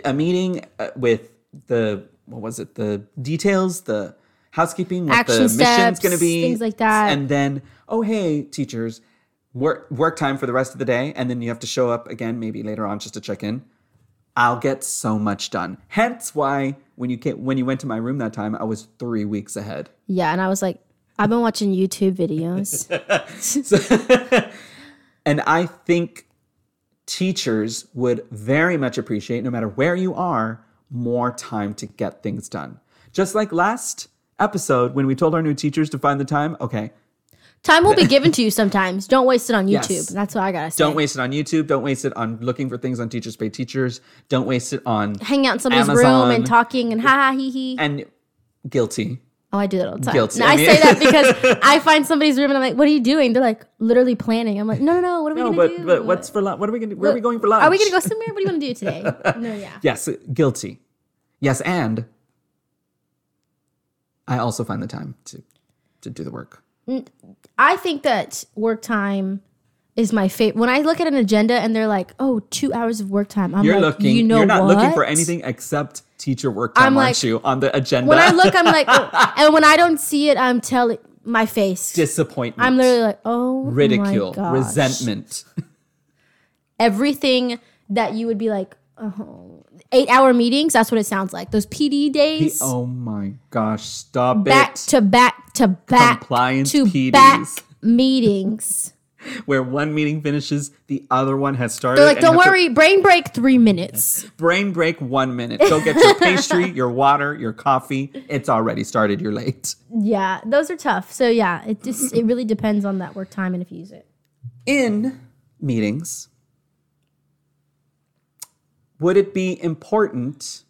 [SPEAKER 1] a meeting uh, with the what was it the details the housekeeping what
[SPEAKER 2] Action
[SPEAKER 1] the mission's going to
[SPEAKER 2] steps,
[SPEAKER 1] be
[SPEAKER 2] things like that.
[SPEAKER 1] and then oh hey teachers work work time for the rest of the day and then you have to show up again maybe later on just to check in i'll get so much done hence why when you came, when you went to my room that time i was 3 weeks ahead
[SPEAKER 2] Yeah, and I was like, I've been watching YouTube videos.
[SPEAKER 1] [laughs] And I think teachers would very much appreciate, no matter where you are, more time to get things done. Just like last episode when we told our new teachers to find the time, okay,
[SPEAKER 2] time will be given to you sometimes. Don't waste it on YouTube.
[SPEAKER 1] Yes.
[SPEAKER 2] That's what I gotta say.
[SPEAKER 1] don't waste it on YouTube, don't waste it on looking for things on Teachers Pay Teachers, don't waste it on
[SPEAKER 2] Hang out in somebody's room
[SPEAKER 1] Amazon.
[SPEAKER 2] and talking and ha ha he he.
[SPEAKER 1] and guilty.
[SPEAKER 2] Oh, I do that all the time.
[SPEAKER 1] Guilty.
[SPEAKER 2] And
[SPEAKER 1] I
[SPEAKER 2] I,
[SPEAKER 1] mean-
[SPEAKER 2] say
[SPEAKER 1] [laughs]
[SPEAKER 2] that because I find somebody's room and I'm like, "What are you doing?" They're like, "Literally planning." I'm like, "No, no, no. What are we
[SPEAKER 1] No,
[SPEAKER 2] gonna
[SPEAKER 1] but
[SPEAKER 2] do?
[SPEAKER 1] but what's for lunch? What are we gonna where are we going for lunch?
[SPEAKER 2] Are we gonna go somewhere? What do you want to do
[SPEAKER 1] [laughs]
[SPEAKER 2] today?" no, yeah.
[SPEAKER 1] Yes, guilty. Yes, and I also find the time to to do the work.
[SPEAKER 2] I think that work time is my favorite. When I look at an agenda and they're like, "Oh, two hours of work time," I'm
[SPEAKER 1] You're
[SPEAKER 2] like,
[SPEAKER 1] looking.
[SPEAKER 2] "You know
[SPEAKER 1] are not looking for
[SPEAKER 2] what?"
[SPEAKER 1] anything except teacher work time,
[SPEAKER 2] I'm
[SPEAKER 1] aren't
[SPEAKER 2] like-
[SPEAKER 1] you? On the agenda.
[SPEAKER 2] When I look, I'm like,
[SPEAKER 1] [laughs]
[SPEAKER 2] oh. and when I don't see it, I'm telling my face.
[SPEAKER 1] disappointment,
[SPEAKER 2] I'm literally like, oh, my
[SPEAKER 1] ridicule,
[SPEAKER 2] gosh.
[SPEAKER 1] resentment.
[SPEAKER 2] Everything that you would be like, oh, eight hour meetings. That's what it sounds like. Those PD days,
[SPEAKER 1] oh my gosh! Stop
[SPEAKER 2] back
[SPEAKER 1] it.
[SPEAKER 2] to back to back
[SPEAKER 1] Compliance
[SPEAKER 2] to
[SPEAKER 1] PDs.
[SPEAKER 2] back
[SPEAKER 1] [laughs]
[SPEAKER 2] meetings.
[SPEAKER 1] Where one meeting finishes, the other one has started.
[SPEAKER 2] They're like,
[SPEAKER 1] and you
[SPEAKER 2] don't
[SPEAKER 1] have to
[SPEAKER 2] worry, brain break three minutes.
[SPEAKER 1] brain break. One minute. Go get your pastry,
[SPEAKER 2] [laughs]
[SPEAKER 1] your water, your coffee. It's already started. You're late.
[SPEAKER 2] yeah, those are tough. So yeah, it just it really depends on that work time and if you use it.
[SPEAKER 1] in meetings, would it be important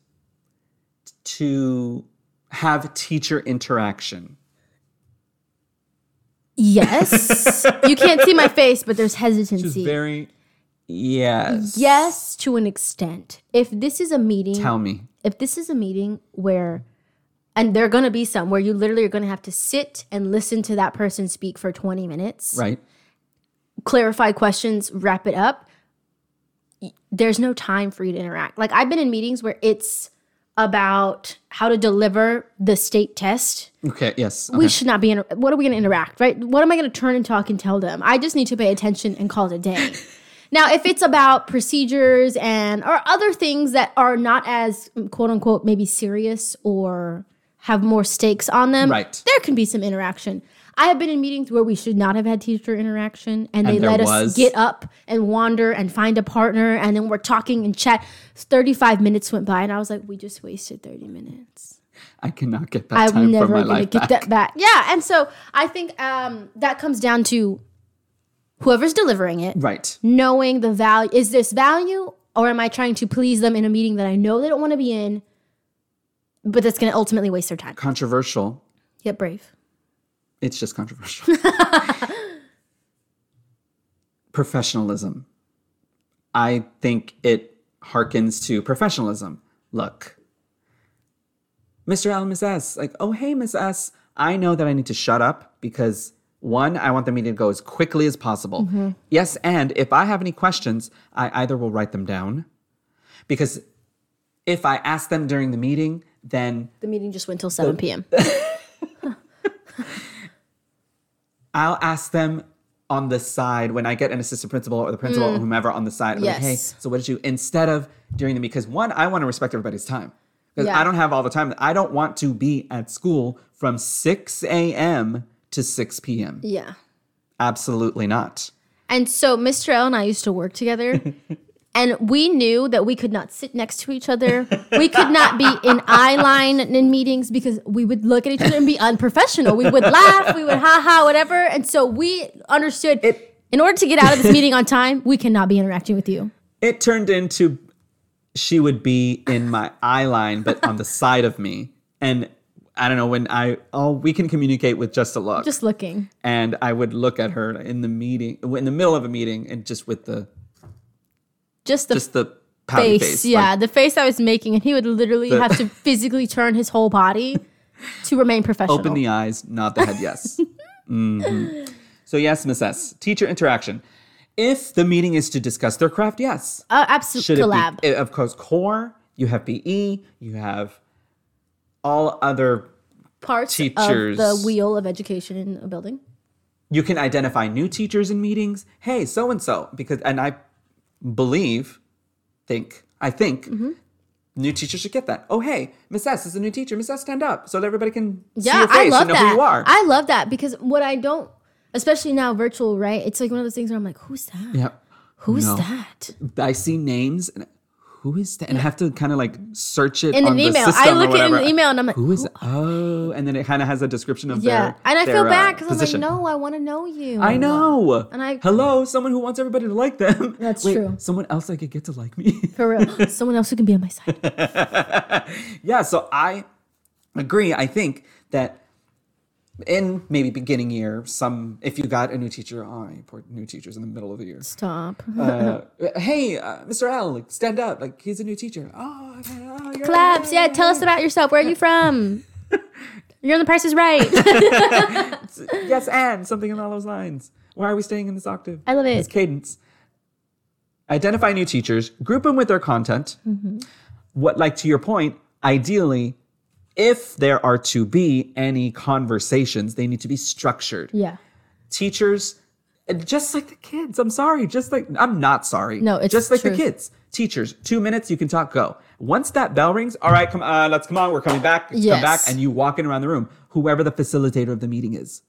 [SPEAKER 1] to have teacher interaction? [laughs]
[SPEAKER 2] Yes, you can't see my face, but there's
[SPEAKER 1] It's
[SPEAKER 2] hesitancy.
[SPEAKER 1] very yes.
[SPEAKER 2] Yes, to an extent. If this is a meeting,
[SPEAKER 1] Tell me.
[SPEAKER 2] if this is a meeting where, and there are going to be some where you literally are going to have to sit and listen to that person speak for 20 minutes,
[SPEAKER 1] Right.
[SPEAKER 2] clarify questions, wrap it up. y- There's no time for you to interact. Like I've been in meetings where it's about how to deliver the state test.
[SPEAKER 1] Okay. Yes.
[SPEAKER 2] We
[SPEAKER 1] okay.
[SPEAKER 2] should not be. Inter- what are we going to interact? Right? What am I going to turn and talk and tell them? I just need to pay attention and call it
[SPEAKER 1] [laughs]
[SPEAKER 2] a day. now, if it's about procedures and or other things that are not as mm, quote unquote maybe serious or have more stakes on them,
[SPEAKER 1] Right.
[SPEAKER 2] There can be some interaction. I have been in meetings where we should not have had teacher interaction, and they
[SPEAKER 1] And there
[SPEAKER 2] let
[SPEAKER 1] was.
[SPEAKER 2] us get up and wander and find a partner, and then we're talking and chat. Thirty-five minutes went by, and I was like, "We just wasted thirty minutes."
[SPEAKER 1] I cannot get that
[SPEAKER 2] I'm
[SPEAKER 1] time from my
[SPEAKER 2] never gonna
[SPEAKER 1] life
[SPEAKER 2] get
[SPEAKER 1] back.
[SPEAKER 2] that back. Yeah, and so I think um, that comes down to whoever's delivering it
[SPEAKER 1] Right.
[SPEAKER 2] knowing the value. Is this value, or am I trying to please them in a meeting that I know they don't want to be in, but that's going to ultimately waste their time?
[SPEAKER 1] Controversial.
[SPEAKER 2] Get brave.
[SPEAKER 1] It's just controversial. [laughs] professionalism. I think it harkens to professionalism. Look, Mr. L, Miss S, like, oh, hey, Miss S, I know that I need to shut up because one, I want the meeting to go as quickly as possible. Yes, and if I have any questions, I either will write them down because if I ask them during the meeting, then
[SPEAKER 2] The meeting just went till 7
[SPEAKER 1] [laughs]
[SPEAKER 2] p.m.
[SPEAKER 1] I'll ask them on the side when I get an assistant principal or the principal or whomever on the side. I'm like, hey,
[SPEAKER 2] Mm. Yes.
[SPEAKER 1] so what did you instead of during the because one, I want to respect everybody's time because
[SPEAKER 2] Yeah.
[SPEAKER 1] I don't have all the time. I don't want to be at school from 6 a.m. to 6 p.m.
[SPEAKER 2] Yeah.
[SPEAKER 1] Absolutely not.
[SPEAKER 2] And so Mr. L and I used to work
[SPEAKER 1] [laughs]
[SPEAKER 2] together. And we knew that we could not sit next to each other. We could not be
[SPEAKER 1] [laughs]
[SPEAKER 2] in eye line in meetings because we would look at each other and be unprofessional. We would laugh, we would ha ha, whatever. And so we understood in order to get out of this meeting on time, we cannot be interacting with you.
[SPEAKER 1] It turned into she would be in
[SPEAKER 2] [laughs]
[SPEAKER 1] my eye line, but on the side of me. And I don't know when I oh we can communicate with just a look.
[SPEAKER 2] Just looking.
[SPEAKER 1] and I would look at her in the meeting, in the middle of a meeting, and just with the
[SPEAKER 2] Just the
[SPEAKER 1] just the pouty
[SPEAKER 2] face.
[SPEAKER 1] face.
[SPEAKER 2] yeah,
[SPEAKER 1] like,
[SPEAKER 2] the face I was making, and he would literally
[SPEAKER 1] The-
[SPEAKER 2] have to physically turn his whole body to remain professional.
[SPEAKER 1] open the eyes, nod the head. Yes.
[SPEAKER 2] [laughs]
[SPEAKER 1] Mhm. So yes, Miss S. Teacher interaction. If the meeting is to discuss their craft, yes.
[SPEAKER 2] uh, absolute
[SPEAKER 1] Should
[SPEAKER 2] collab.
[SPEAKER 1] it be? eh, Of course, core. You have BE. You have all other.
[SPEAKER 2] Parts
[SPEAKER 1] teachers.
[SPEAKER 2] of the wheel of education in a building.
[SPEAKER 1] You can identify new teachers in meetings. Hey, so and so, because and I believe, think I think.
[SPEAKER 2] Mm-hmm.
[SPEAKER 1] New teachers should get that. Oh, hey, Miss S is a new teacher. Miss S, stand up so that everybody can see
[SPEAKER 2] Yeah,
[SPEAKER 1] your face
[SPEAKER 2] I love
[SPEAKER 1] and know
[SPEAKER 2] that.
[SPEAKER 1] who you are.
[SPEAKER 2] I love that because what I don't, especially now virtual, right? It's like one of those things where I'm like, who's that?
[SPEAKER 1] yeah.
[SPEAKER 2] Who's
[SPEAKER 1] No.
[SPEAKER 2] that?
[SPEAKER 1] I see names and who is that? And I have to kind of like search it
[SPEAKER 2] In
[SPEAKER 1] on
[SPEAKER 2] an email,
[SPEAKER 1] The
[SPEAKER 2] I
[SPEAKER 1] system or
[SPEAKER 2] look at
[SPEAKER 1] whatever.
[SPEAKER 2] an email and I'm like,
[SPEAKER 1] Who is oh, and then it kind of has a description of
[SPEAKER 2] yeah,
[SPEAKER 1] their
[SPEAKER 2] and I feel
[SPEAKER 1] their, uh,
[SPEAKER 2] bad because I'm like,
[SPEAKER 1] position.
[SPEAKER 2] no, I want to know you.
[SPEAKER 1] I know.
[SPEAKER 2] And I-
[SPEAKER 1] hello, someone who wants everybody to like them. [laughs]
[SPEAKER 2] That's
[SPEAKER 1] Wait,
[SPEAKER 2] true.
[SPEAKER 1] Someone else I could get to like me.
[SPEAKER 2] [laughs]
[SPEAKER 1] [laughs]
[SPEAKER 2] for real. Someone else who can be on my side.
[SPEAKER 1] yeah, so I agree. I think that in maybe beginning year, some if you got a new teacher, oh, I poor new teachers in the middle of the year.
[SPEAKER 2] Stop.
[SPEAKER 1] Uh, hey, uh, Mr. L, like, stand up! Like he's a new teacher. Oh, okay, oh you're
[SPEAKER 2] Collabs. Yeah, tell us about yourself. Where are
[SPEAKER 1] [laughs]
[SPEAKER 2] you from? You're on The Price is Right.
[SPEAKER 1] yes, and something along those lines. Why are we staying in this octave?
[SPEAKER 2] I love
[SPEAKER 1] This
[SPEAKER 2] it.
[SPEAKER 1] cadence. Identify new teachers, group them with their content.
[SPEAKER 2] Mm-hmm.
[SPEAKER 1] What, like to your point, ideally, if there are to be any conversations, they need to be structured.
[SPEAKER 2] Yeah. [laughs]
[SPEAKER 1] Teachers, and just like the kids, I'm sorry, just like, I'm not sorry.
[SPEAKER 2] No, it's
[SPEAKER 1] just like
[SPEAKER 2] truth.
[SPEAKER 1] the kids. Teachers, two minutes, you can talk, go. Once that bell rings, all right, come on, let's come on, we're coming back, come back,
[SPEAKER 2] Yes.
[SPEAKER 1] and you walk in around the room, whoever the facilitator of the meeting is.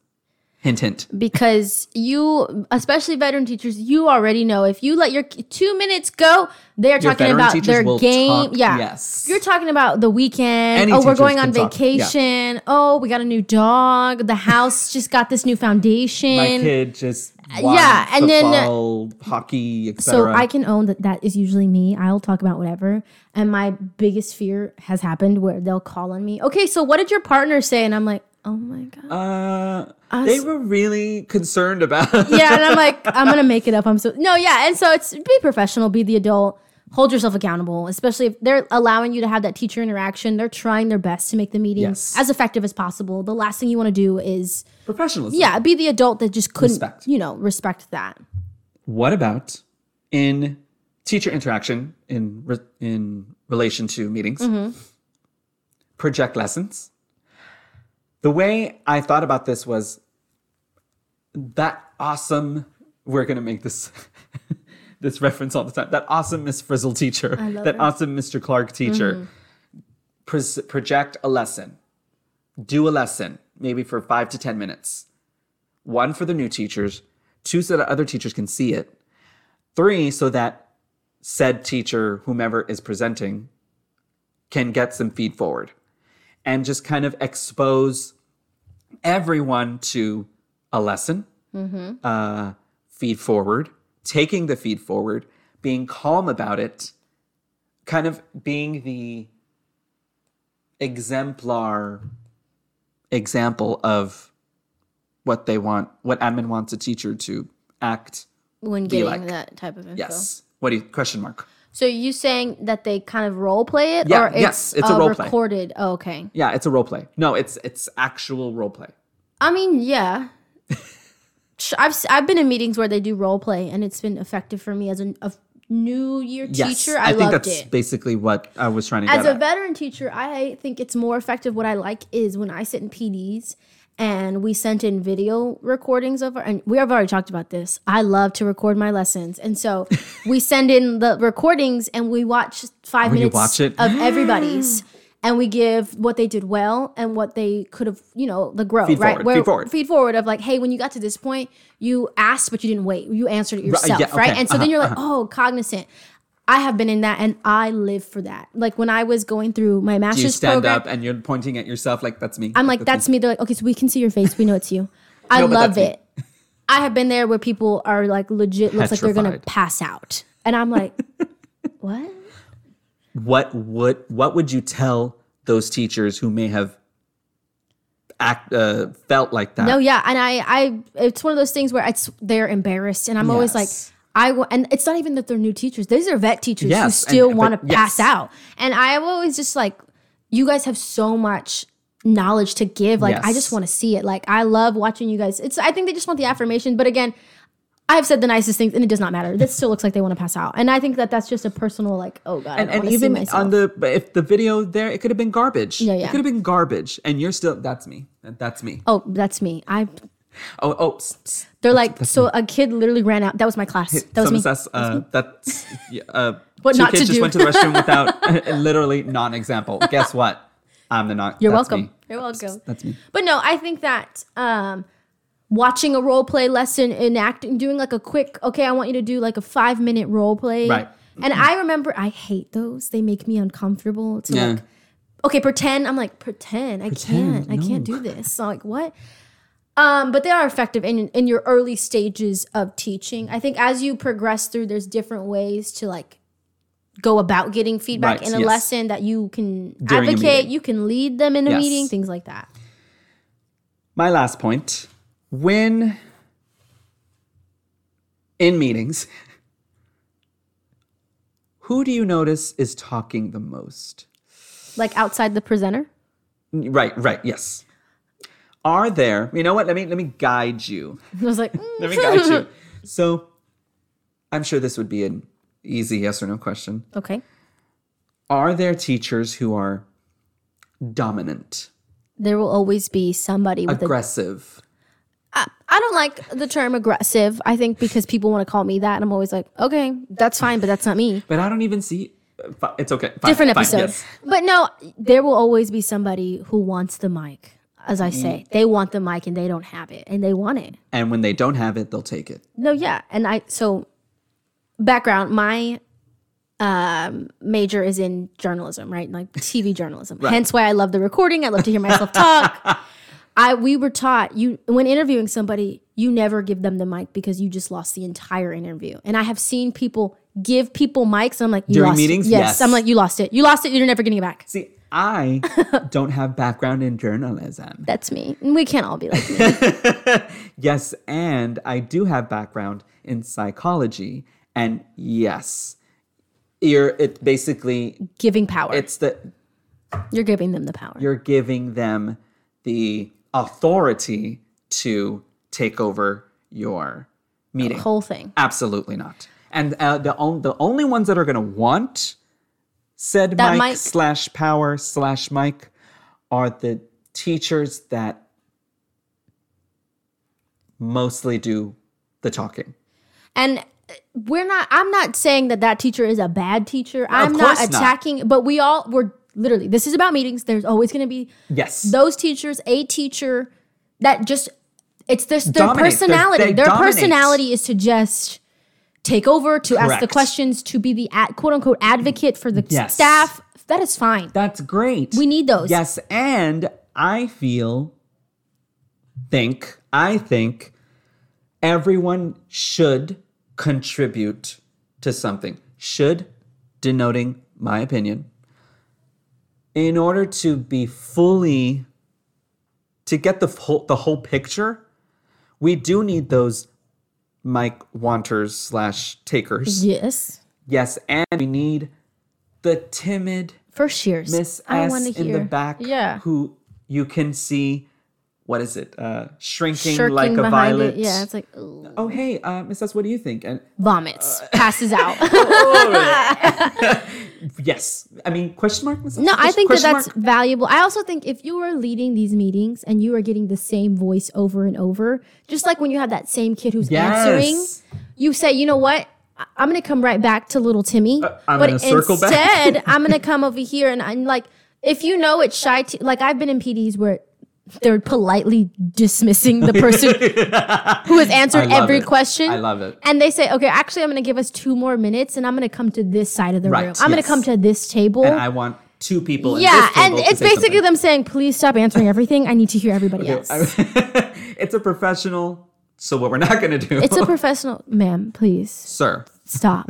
[SPEAKER 1] Hint, hint.
[SPEAKER 2] Because you, especially veteran teachers, you already know if you let your k- two minutes go, they're talking
[SPEAKER 1] veteran
[SPEAKER 2] about
[SPEAKER 1] teachers
[SPEAKER 2] their
[SPEAKER 1] will
[SPEAKER 2] game.
[SPEAKER 1] talk-
[SPEAKER 2] yeah.
[SPEAKER 1] yes.
[SPEAKER 2] You're talking about the weekend.
[SPEAKER 1] Any
[SPEAKER 2] oh, we're
[SPEAKER 1] teachers
[SPEAKER 2] going
[SPEAKER 1] can
[SPEAKER 2] on
[SPEAKER 1] talk, yeah.
[SPEAKER 2] vacation. Oh, we got a new dog. The house [laughs] just got this new foundation.
[SPEAKER 1] my kid just
[SPEAKER 2] yeah,
[SPEAKER 1] yeah,
[SPEAKER 2] and
[SPEAKER 1] and
[SPEAKER 2] then- uh,
[SPEAKER 1] football, then hockey,
[SPEAKER 2] So
[SPEAKER 1] etc.
[SPEAKER 2] I can own that that is usually me. I'll talk about whatever. And my biggest fear has happened where they'll call on me. Okay, so what did your partner say? And I'm like, oh my God.
[SPEAKER 1] uh, they were really concerned about.
[SPEAKER 2] yeah. And I'm like, I'm going to make it up. I'm so, no, yeah. And so it's be professional, be the adult, hold yourself accountable, especially if they're allowing you to have that teacher interaction. They're trying their best to make the meeting
[SPEAKER 1] Yes.
[SPEAKER 2] as effective as possible. The last thing you want to do is,
[SPEAKER 1] [laughs] professionalism.
[SPEAKER 2] yeah, be the adult that just couldn't,
[SPEAKER 1] Respect.
[SPEAKER 2] you know, respect that.
[SPEAKER 1] What about in teacher interaction in re- in relation to meetings?
[SPEAKER 2] Mm-hmm.
[SPEAKER 1] Project lessons. The way I thought about this was that awesome. We're gonna make this [laughs] this reference all the time. That awesome Miss Frizzle teacher.
[SPEAKER 2] love
[SPEAKER 1] That
[SPEAKER 2] her. Mm-hmm.
[SPEAKER 1] awesome Mr. Clark teacher. Pres- project a lesson. Do a lesson, maybe for five to ten minutes. One for the new teachers. Two so that other teachers can see it. Three, so that said teacher, whomever is presenting, can get some feed forward and just kind of expose everyone to a lesson, uh, feed forward, taking the feed forward, being calm about it, kind of being the exemplar example of what they want, what admin wants a teacher to act.
[SPEAKER 2] When getting
[SPEAKER 1] like-
[SPEAKER 2] that type of info.
[SPEAKER 1] Yes. What do you question mark?
[SPEAKER 2] So you saying that they kind of role play it,
[SPEAKER 1] Yeah,
[SPEAKER 2] or it's,
[SPEAKER 1] yes, it's a
[SPEAKER 2] uh,
[SPEAKER 1] role play.
[SPEAKER 2] recorded? Oh, okay.
[SPEAKER 1] Yeah, it's a role play. No, it's it's actual role play.
[SPEAKER 2] I mean, yeah.
[SPEAKER 1] [laughs]
[SPEAKER 2] Sh- I've s- I've been in meetings where they do role play, and it's been effective for me as an- a, f- new year
[SPEAKER 1] Yes,
[SPEAKER 2] teacher. I,
[SPEAKER 1] think
[SPEAKER 2] loved
[SPEAKER 1] that's
[SPEAKER 2] it.
[SPEAKER 1] basically what I was trying to
[SPEAKER 2] As
[SPEAKER 1] get
[SPEAKER 2] a
[SPEAKER 1] at.
[SPEAKER 2] veteran teacher, I think it's more effective. What I like is when I sit in PDs and we sent in video recordings of our, and we have already talked about this. I love to record my lessons. And
[SPEAKER 1] [laughs]
[SPEAKER 2] so we send in the recordings and we watch five
[SPEAKER 1] Oh, you
[SPEAKER 2] minutes
[SPEAKER 1] watch it? [gasps]
[SPEAKER 2] of everybody's. And we give what they did well and what they could have, you know, the growth,
[SPEAKER 1] Feed
[SPEAKER 2] right?
[SPEAKER 1] forward, feed forward.
[SPEAKER 2] Feed forward of like, hey, when you got to this point, you asked, but you didn't wait. You answered it
[SPEAKER 1] yeah,
[SPEAKER 2] yourself, right?
[SPEAKER 1] okay, uh-huh,
[SPEAKER 2] And so then you're like, oh, cognizant. I have been in that and I live for that. Like when I was going through my master's
[SPEAKER 1] You stand
[SPEAKER 2] program,
[SPEAKER 1] up and you're pointing at yourself like that's me.
[SPEAKER 2] I'm like, that's me. They're like, okay, so we can see your face. We know it's you.
[SPEAKER 1] [laughs]
[SPEAKER 2] I
[SPEAKER 1] No, but
[SPEAKER 2] love
[SPEAKER 1] that's me.
[SPEAKER 2] it. I have been there where people are like legit looks like they're
[SPEAKER 1] [laughs]
[SPEAKER 2] gonna
[SPEAKER 1] Petrified.
[SPEAKER 2] pass out. And I'm like, what?
[SPEAKER 1] what would what would you tell those teachers who may have act uh, felt like that?
[SPEAKER 2] No, yeah, and I, I, it's one of those things where it's they're embarrassed, and I'm always like,
[SPEAKER 1] Yes.
[SPEAKER 2] I, wa- and it's not even that they're new teachers; these are vet teachers who
[SPEAKER 1] Yes, and-
[SPEAKER 2] still
[SPEAKER 1] but-
[SPEAKER 2] want to
[SPEAKER 1] yes.
[SPEAKER 2] pass out, and I'm always just like, you guys have so much knowledge to give. Like, I
[SPEAKER 1] Yes.
[SPEAKER 2] just want to see it. Like, I love watching you guys. It's, I think they just want the affirmation, but again. I've said the nicest things, and it does not matter. This still looks like they want to pass out, and I think that that's just a personal, like, oh god,
[SPEAKER 1] and,
[SPEAKER 2] I
[SPEAKER 1] and
[SPEAKER 2] don't want to see
[SPEAKER 1] even
[SPEAKER 2] myself.
[SPEAKER 1] on the if the video there, it could have been garbage.
[SPEAKER 2] Yeah,
[SPEAKER 1] It
[SPEAKER 2] yeah.
[SPEAKER 1] could have been garbage, and you're still that's me. That's me.
[SPEAKER 2] oh, that's me. I
[SPEAKER 1] Oh, oh, s- s-
[SPEAKER 2] they're like, so a kid literally ran out. That was my class. That was
[SPEAKER 1] some
[SPEAKER 2] me.
[SPEAKER 1] of us, uh, that's yeah, uh,
[SPEAKER 2] [laughs] What
[SPEAKER 1] two
[SPEAKER 2] not
[SPEAKER 1] kids
[SPEAKER 2] to
[SPEAKER 1] just
[SPEAKER 2] do.
[SPEAKER 1] went to the restroom without
[SPEAKER 2] [laughs]
[SPEAKER 1] [laughs] literally non-example. Guess what? I'm the non.
[SPEAKER 2] You're
[SPEAKER 1] that's
[SPEAKER 2] welcome.
[SPEAKER 1] me.
[SPEAKER 2] You're welcome.
[SPEAKER 1] That's me.
[SPEAKER 2] But no, I think that um, watching a role play lesson in acting, doing like a quick, okay, I want you to do like a five minute role play.
[SPEAKER 1] Right.
[SPEAKER 2] And I remember, I hate those. They make me uncomfortable to
[SPEAKER 1] Yeah.
[SPEAKER 2] like, okay, pretend. I'm like, pretend. I
[SPEAKER 1] Pretend,
[SPEAKER 2] can't. I can't do this. So like, what? Um, but they are effective in in your early stages of teaching. I think as you progress through, there's different ways to like go about getting feedback
[SPEAKER 1] Right,
[SPEAKER 2] in a
[SPEAKER 1] yes.
[SPEAKER 2] lesson that you can
[SPEAKER 1] During a
[SPEAKER 2] advocate.
[SPEAKER 1] meeting.
[SPEAKER 2] You can lead them in a
[SPEAKER 1] Yes.
[SPEAKER 2] meeting, things like that.
[SPEAKER 1] My last point: when in meetings, who do you notice is talking the most?
[SPEAKER 2] Like outside the presenter. [laughs]
[SPEAKER 1] Right, right, yes. Are there? You know what? Let me let me guide you.
[SPEAKER 2] I was like, mm.
[SPEAKER 1] [laughs] Let me guide
[SPEAKER 2] [laughs]
[SPEAKER 1] you. So, I'm sure this would be an easy yes or no question.
[SPEAKER 2] okay.
[SPEAKER 1] Are there teachers who are dominant,
[SPEAKER 2] There will always be somebody with a.
[SPEAKER 1] aggressive?
[SPEAKER 2] I, I don't like the term aggressive. I think because people want to call me that, and I'm always like, okay, that's fine, but that's not me.
[SPEAKER 1] But I don't even see. uh, fi- It's okay. Fine,
[SPEAKER 2] Different
[SPEAKER 1] fine,
[SPEAKER 2] episode.
[SPEAKER 1] yes.
[SPEAKER 2] But no, there will always be somebody who wants the mic. As
[SPEAKER 1] Mm.
[SPEAKER 2] I say, they want the mic and they don't have it, and they want it.
[SPEAKER 1] And when they don't have it, they'll take it.
[SPEAKER 2] No, yeah. And I so background, my um major is in journalism, right?
[SPEAKER 1] [laughs]
[SPEAKER 2] Like TV journalism. Hence why I love the recording. I love to hear myself
[SPEAKER 1] [laughs]
[SPEAKER 2] talk. I we were taught you when interviewing somebody, you never give them the mic because you just lost the entire interview. And I have seen people give people mics and I'm like, you
[SPEAKER 1] During
[SPEAKER 2] lost it.
[SPEAKER 1] meetings?
[SPEAKER 2] Yes.
[SPEAKER 1] Yes.
[SPEAKER 2] I'm like, you lost it. You lost it, you're never getting it back.
[SPEAKER 1] See, I don't have background in journalism.
[SPEAKER 2] That's me. And we can't all
[SPEAKER 1] [laughs]
[SPEAKER 2] be like me.
[SPEAKER 1] Yes, and I do have background in psychology. And yes, you're it basically
[SPEAKER 2] giving power.
[SPEAKER 1] it's the
[SPEAKER 2] you're giving them the power.
[SPEAKER 1] you're giving them the authority to take over your meeting.
[SPEAKER 2] Whole thing.
[SPEAKER 1] Absolutely not. And uh, the on, the only ones that are going to want said
[SPEAKER 2] That
[SPEAKER 1] mic,
[SPEAKER 2] mic.
[SPEAKER 1] slash power slash mic are the teachers that mostly do the talking.
[SPEAKER 2] and uh, we're not i'm not saying that that teacher is a bad teacher i'm not
[SPEAKER 1] course not.
[SPEAKER 2] attacking but we all we're literally this is about meetings there's always going to be
[SPEAKER 1] Yes.
[SPEAKER 2] those teachers a teacher that just it's this their
[SPEAKER 1] Dominate. They're-
[SPEAKER 2] personality
[SPEAKER 1] they
[SPEAKER 2] their
[SPEAKER 1] dominate.
[SPEAKER 2] personality is to just take over to ask the
[SPEAKER 1] Correct.
[SPEAKER 2] questions to be the ad, quote unquote advocate for the
[SPEAKER 1] Yes.
[SPEAKER 2] staff that is fine
[SPEAKER 1] That's great.
[SPEAKER 2] we need those
[SPEAKER 1] Yes, and I feel, think, I think everyone should contribute to something. Should, denoting my opinion, in order to be fully, to get the whole, the whole picture, we do need those mic wanters slash takers.
[SPEAKER 2] yes
[SPEAKER 1] Yes, and we need the timid
[SPEAKER 2] first years
[SPEAKER 1] Miss
[SPEAKER 2] i
[SPEAKER 1] S
[SPEAKER 2] want to
[SPEAKER 1] in
[SPEAKER 2] hear
[SPEAKER 1] the back,
[SPEAKER 2] yeah
[SPEAKER 1] who you can see, what is it, uh, shrinking
[SPEAKER 2] shirking
[SPEAKER 1] like a
[SPEAKER 2] behind
[SPEAKER 1] violet.
[SPEAKER 2] it yeah it's like ugh.
[SPEAKER 1] Oh hey, uh, Miss S, what do you think?
[SPEAKER 2] [laughs]
[SPEAKER 1] And [laughs]
[SPEAKER 2] vomits passes out
[SPEAKER 1] yes, I mean question mark. Miss S?
[SPEAKER 2] No, I
[SPEAKER 1] Question-
[SPEAKER 2] think that
[SPEAKER 1] question
[SPEAKER 2] that's
[SPEAKER 1] mark?
[SPEAKER 2] valuable. I also think if you are leading these meetings and you are getting the same voice over and over, just like when you have that same kid who's
[SPEAKER 1] Yes.
[SPEAKER 2] answering, you say, you know what? I- I'm gonna come right back to little Timmy,
[SPEAKER 1] Uh, I'm
[SPEAKER 2] but
[SPEAKER 1] gonna circle back.
[SPEAKER 2] instead
[SPEAKER 1] [laughs]
[SPEAKER 2] I'm gonna come over here and I'm like, if you know it's shy, t- like I've been in PDs where they're politely dismissing the
[SPEAKER 1] [laughs]
[SPEAKER 2] person who has
[SPEAKER 1] I
[SPEAKER 2] answered
[SPEAKER 1] love
[SPEAKER 2] every
[SPEAKER 1] it.
[SPEAKER 2] question.
[SPEAKER 1] I love it.
[SPEAKER 2] And they say, okay, actually, I'm going to give us two more minutes and I'm going to come to this side of the
[SPEAKER 1] Right,
[SPEAKER 2] room. I'm going
[SPEAKER 1] yes.
[SPEAKER 2] to come to this table.
[SPEAKER 1] And I want two people. in
[SPEAKER 2] Yeah,
[SPEAKER 1] this
[SPEAKER 2] and
[SPEAKER 1] table to
[SPEAKER 2] it's
[SPEAKER 1] say
[SPEAKER 2] basically
[SPEAKER 1] [laughs] something. [laughs]
[SPEAKER 2] them saying, "Please stop answering everything. I need to hear everybody else."
[SPEAKER 1] it's a professional So what we're not going to do,
[SPEAKER 2] It's a professional, ma'am,
[SPEAKER 1] [laughs]
[SPEAKER 2] please.
[SPEAKER 1] sir. [laughs]
[SPEAKER 2] stop.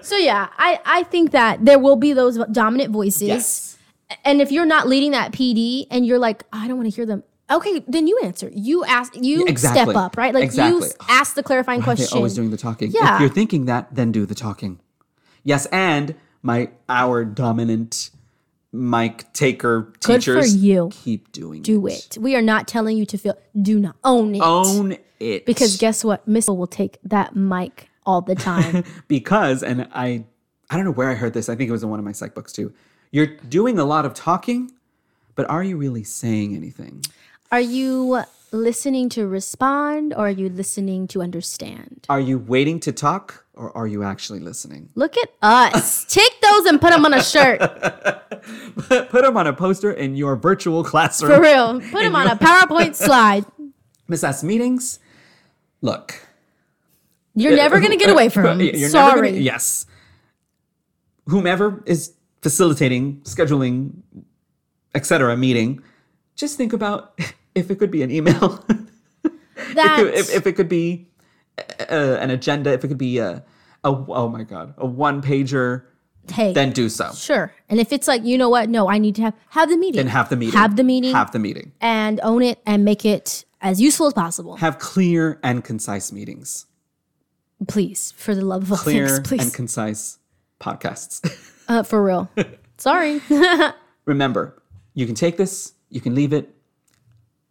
[SPEAKER 2] so yeah, I I think that there will be those dominant voices.
[SPEAKER 1] Yes.
[SPEAKER 2] And if you're not leading that PD and you're like, I don't want to hear them. Okay, then you answer. You ask. You
[SPEAKER 1] Yeah, exactly.
[SPEAKER 2] step up, right? Like you
[SPEAKER 1] Exactly.
[SPEAKER 2] s- ask the clarifying
[SPEAKER 1] Are they
[SPEAKER 2] question.
[SPEAKER 1] always doing the talking?
[SPEAKER 2] Yeah.
[SPEAKER 1] If you're thinking that, then do the talking. Yes, and my our dominant mic taker
[SPEAKER 2] Good for
[SPEAKER 1] teachers
[SPEAKER 2] you.
[SPEAKER 1] keep doing
[SPEAKER 2] Do it. We are not telling you to feel. Do not own it.
[SPEAKER 1] Own it.
[SPEAKER 2] because guess what? Miss will take that mic all the time.
[SPEAKER 1] because and I I don't know where I heard this. I think it was in one of my psych books too. You're doing a lot of talking, but are you really saying anything?
[SPEAKER 2] are you listening to respond or are you listening to understand?
[SPEAKER 1] Are you waiting to talk or are you actually listening?
[SPEAKER 2] Look at
[SPEAKER 1] [laughs]
[SPEAKER 2] us. take those and put them on a shirt.
[SPEAKER 1] Put them on a poster in your virtual
[SPEAKER 2] For
[SPEAKER 1] classroom.
[SPEAKER 2] real. Put him on a PowerPoint slide.
[SPEAKER 1] Miss S meetings. Look,
[SPEAKER 2] You're never going to get away
[SPEAKER 1] [laughs]
[SPEAKER 2] from him.
[SPEAKER 1] Y- you're never
[SPEAKER 2] Sorry.
[SPEAKER 1] gonna- yes. Whomever is facilitating, scheduling, etc., meeting, just think about [laughs] if it could be an email, [laughs]
[SPEAKER 2] That,
[SPEAKER 1] if, if it could be uh, an agenda, if it could be a, a oh my god, a one pager,
[SPEAKER 2] hey,
[SPEAKER 1] then do so.
[SPEAKER 2] sure. And if it's like, you know what? No, I need to have have the meeting.
[SPEAKER 1] Then have the meeting.
[SPEAKER 2] Have the meeting
[SPEAKER 1] Have the meeting.
[SPEAKER 2] and own it and make it as useful as possible.
[SPEAKER 1] Have clear and concise meetings.
[SPEAKER 2] Please, for the love of all
[SPEAKER 1] Clear
[SPEAKER 2] things, please.
[SPEAKER 1] and concise podcasts. [laughs]
[SPEAKER 2] uh, for real. Sorry. [laughs]
[SPEAKER 1] Remember, you can take this, you can leave it.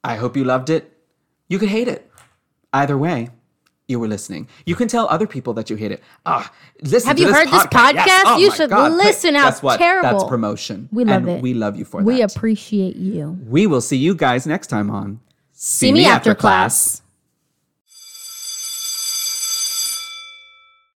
[SPEAKER 1] I hope you loved it. You could hate it. Either way, you were listening. You can tell other people that you hate it. Ah, listen.
[SPEAKER 2] Have
[SPEAKER 1] to
[SPEAKER 2] you
[SPEAKER 1] this
[SPEAKER 2] heard this
[SPEAKER 1] podcast? Yes.
[SPEAKER 2] podcast?
[SPEAKER 1] Oh
[SPEAKER 2] You
[SPEAKER 1] my
[SPEAKER 2] should
[SPEAKER 1] God. Please-
[SPEAKER 2] listen. How
[SPEAKER 1] Guess what? That's
[SPEAKER 2] terrible.
[SPEAKER 1] promotion.
[SPEAKER 2] We love
[SPEAKER 1] and
[SPEAKER 2] it.
[SPEAKER 1] We love you for
[SPEAKER 2] we
[SPEAKER 1] that.
[SPEAKER 2] appreciate you.
[SPEAKER 1] we will see you guys next time on
[SPEAKER 2] See me after class.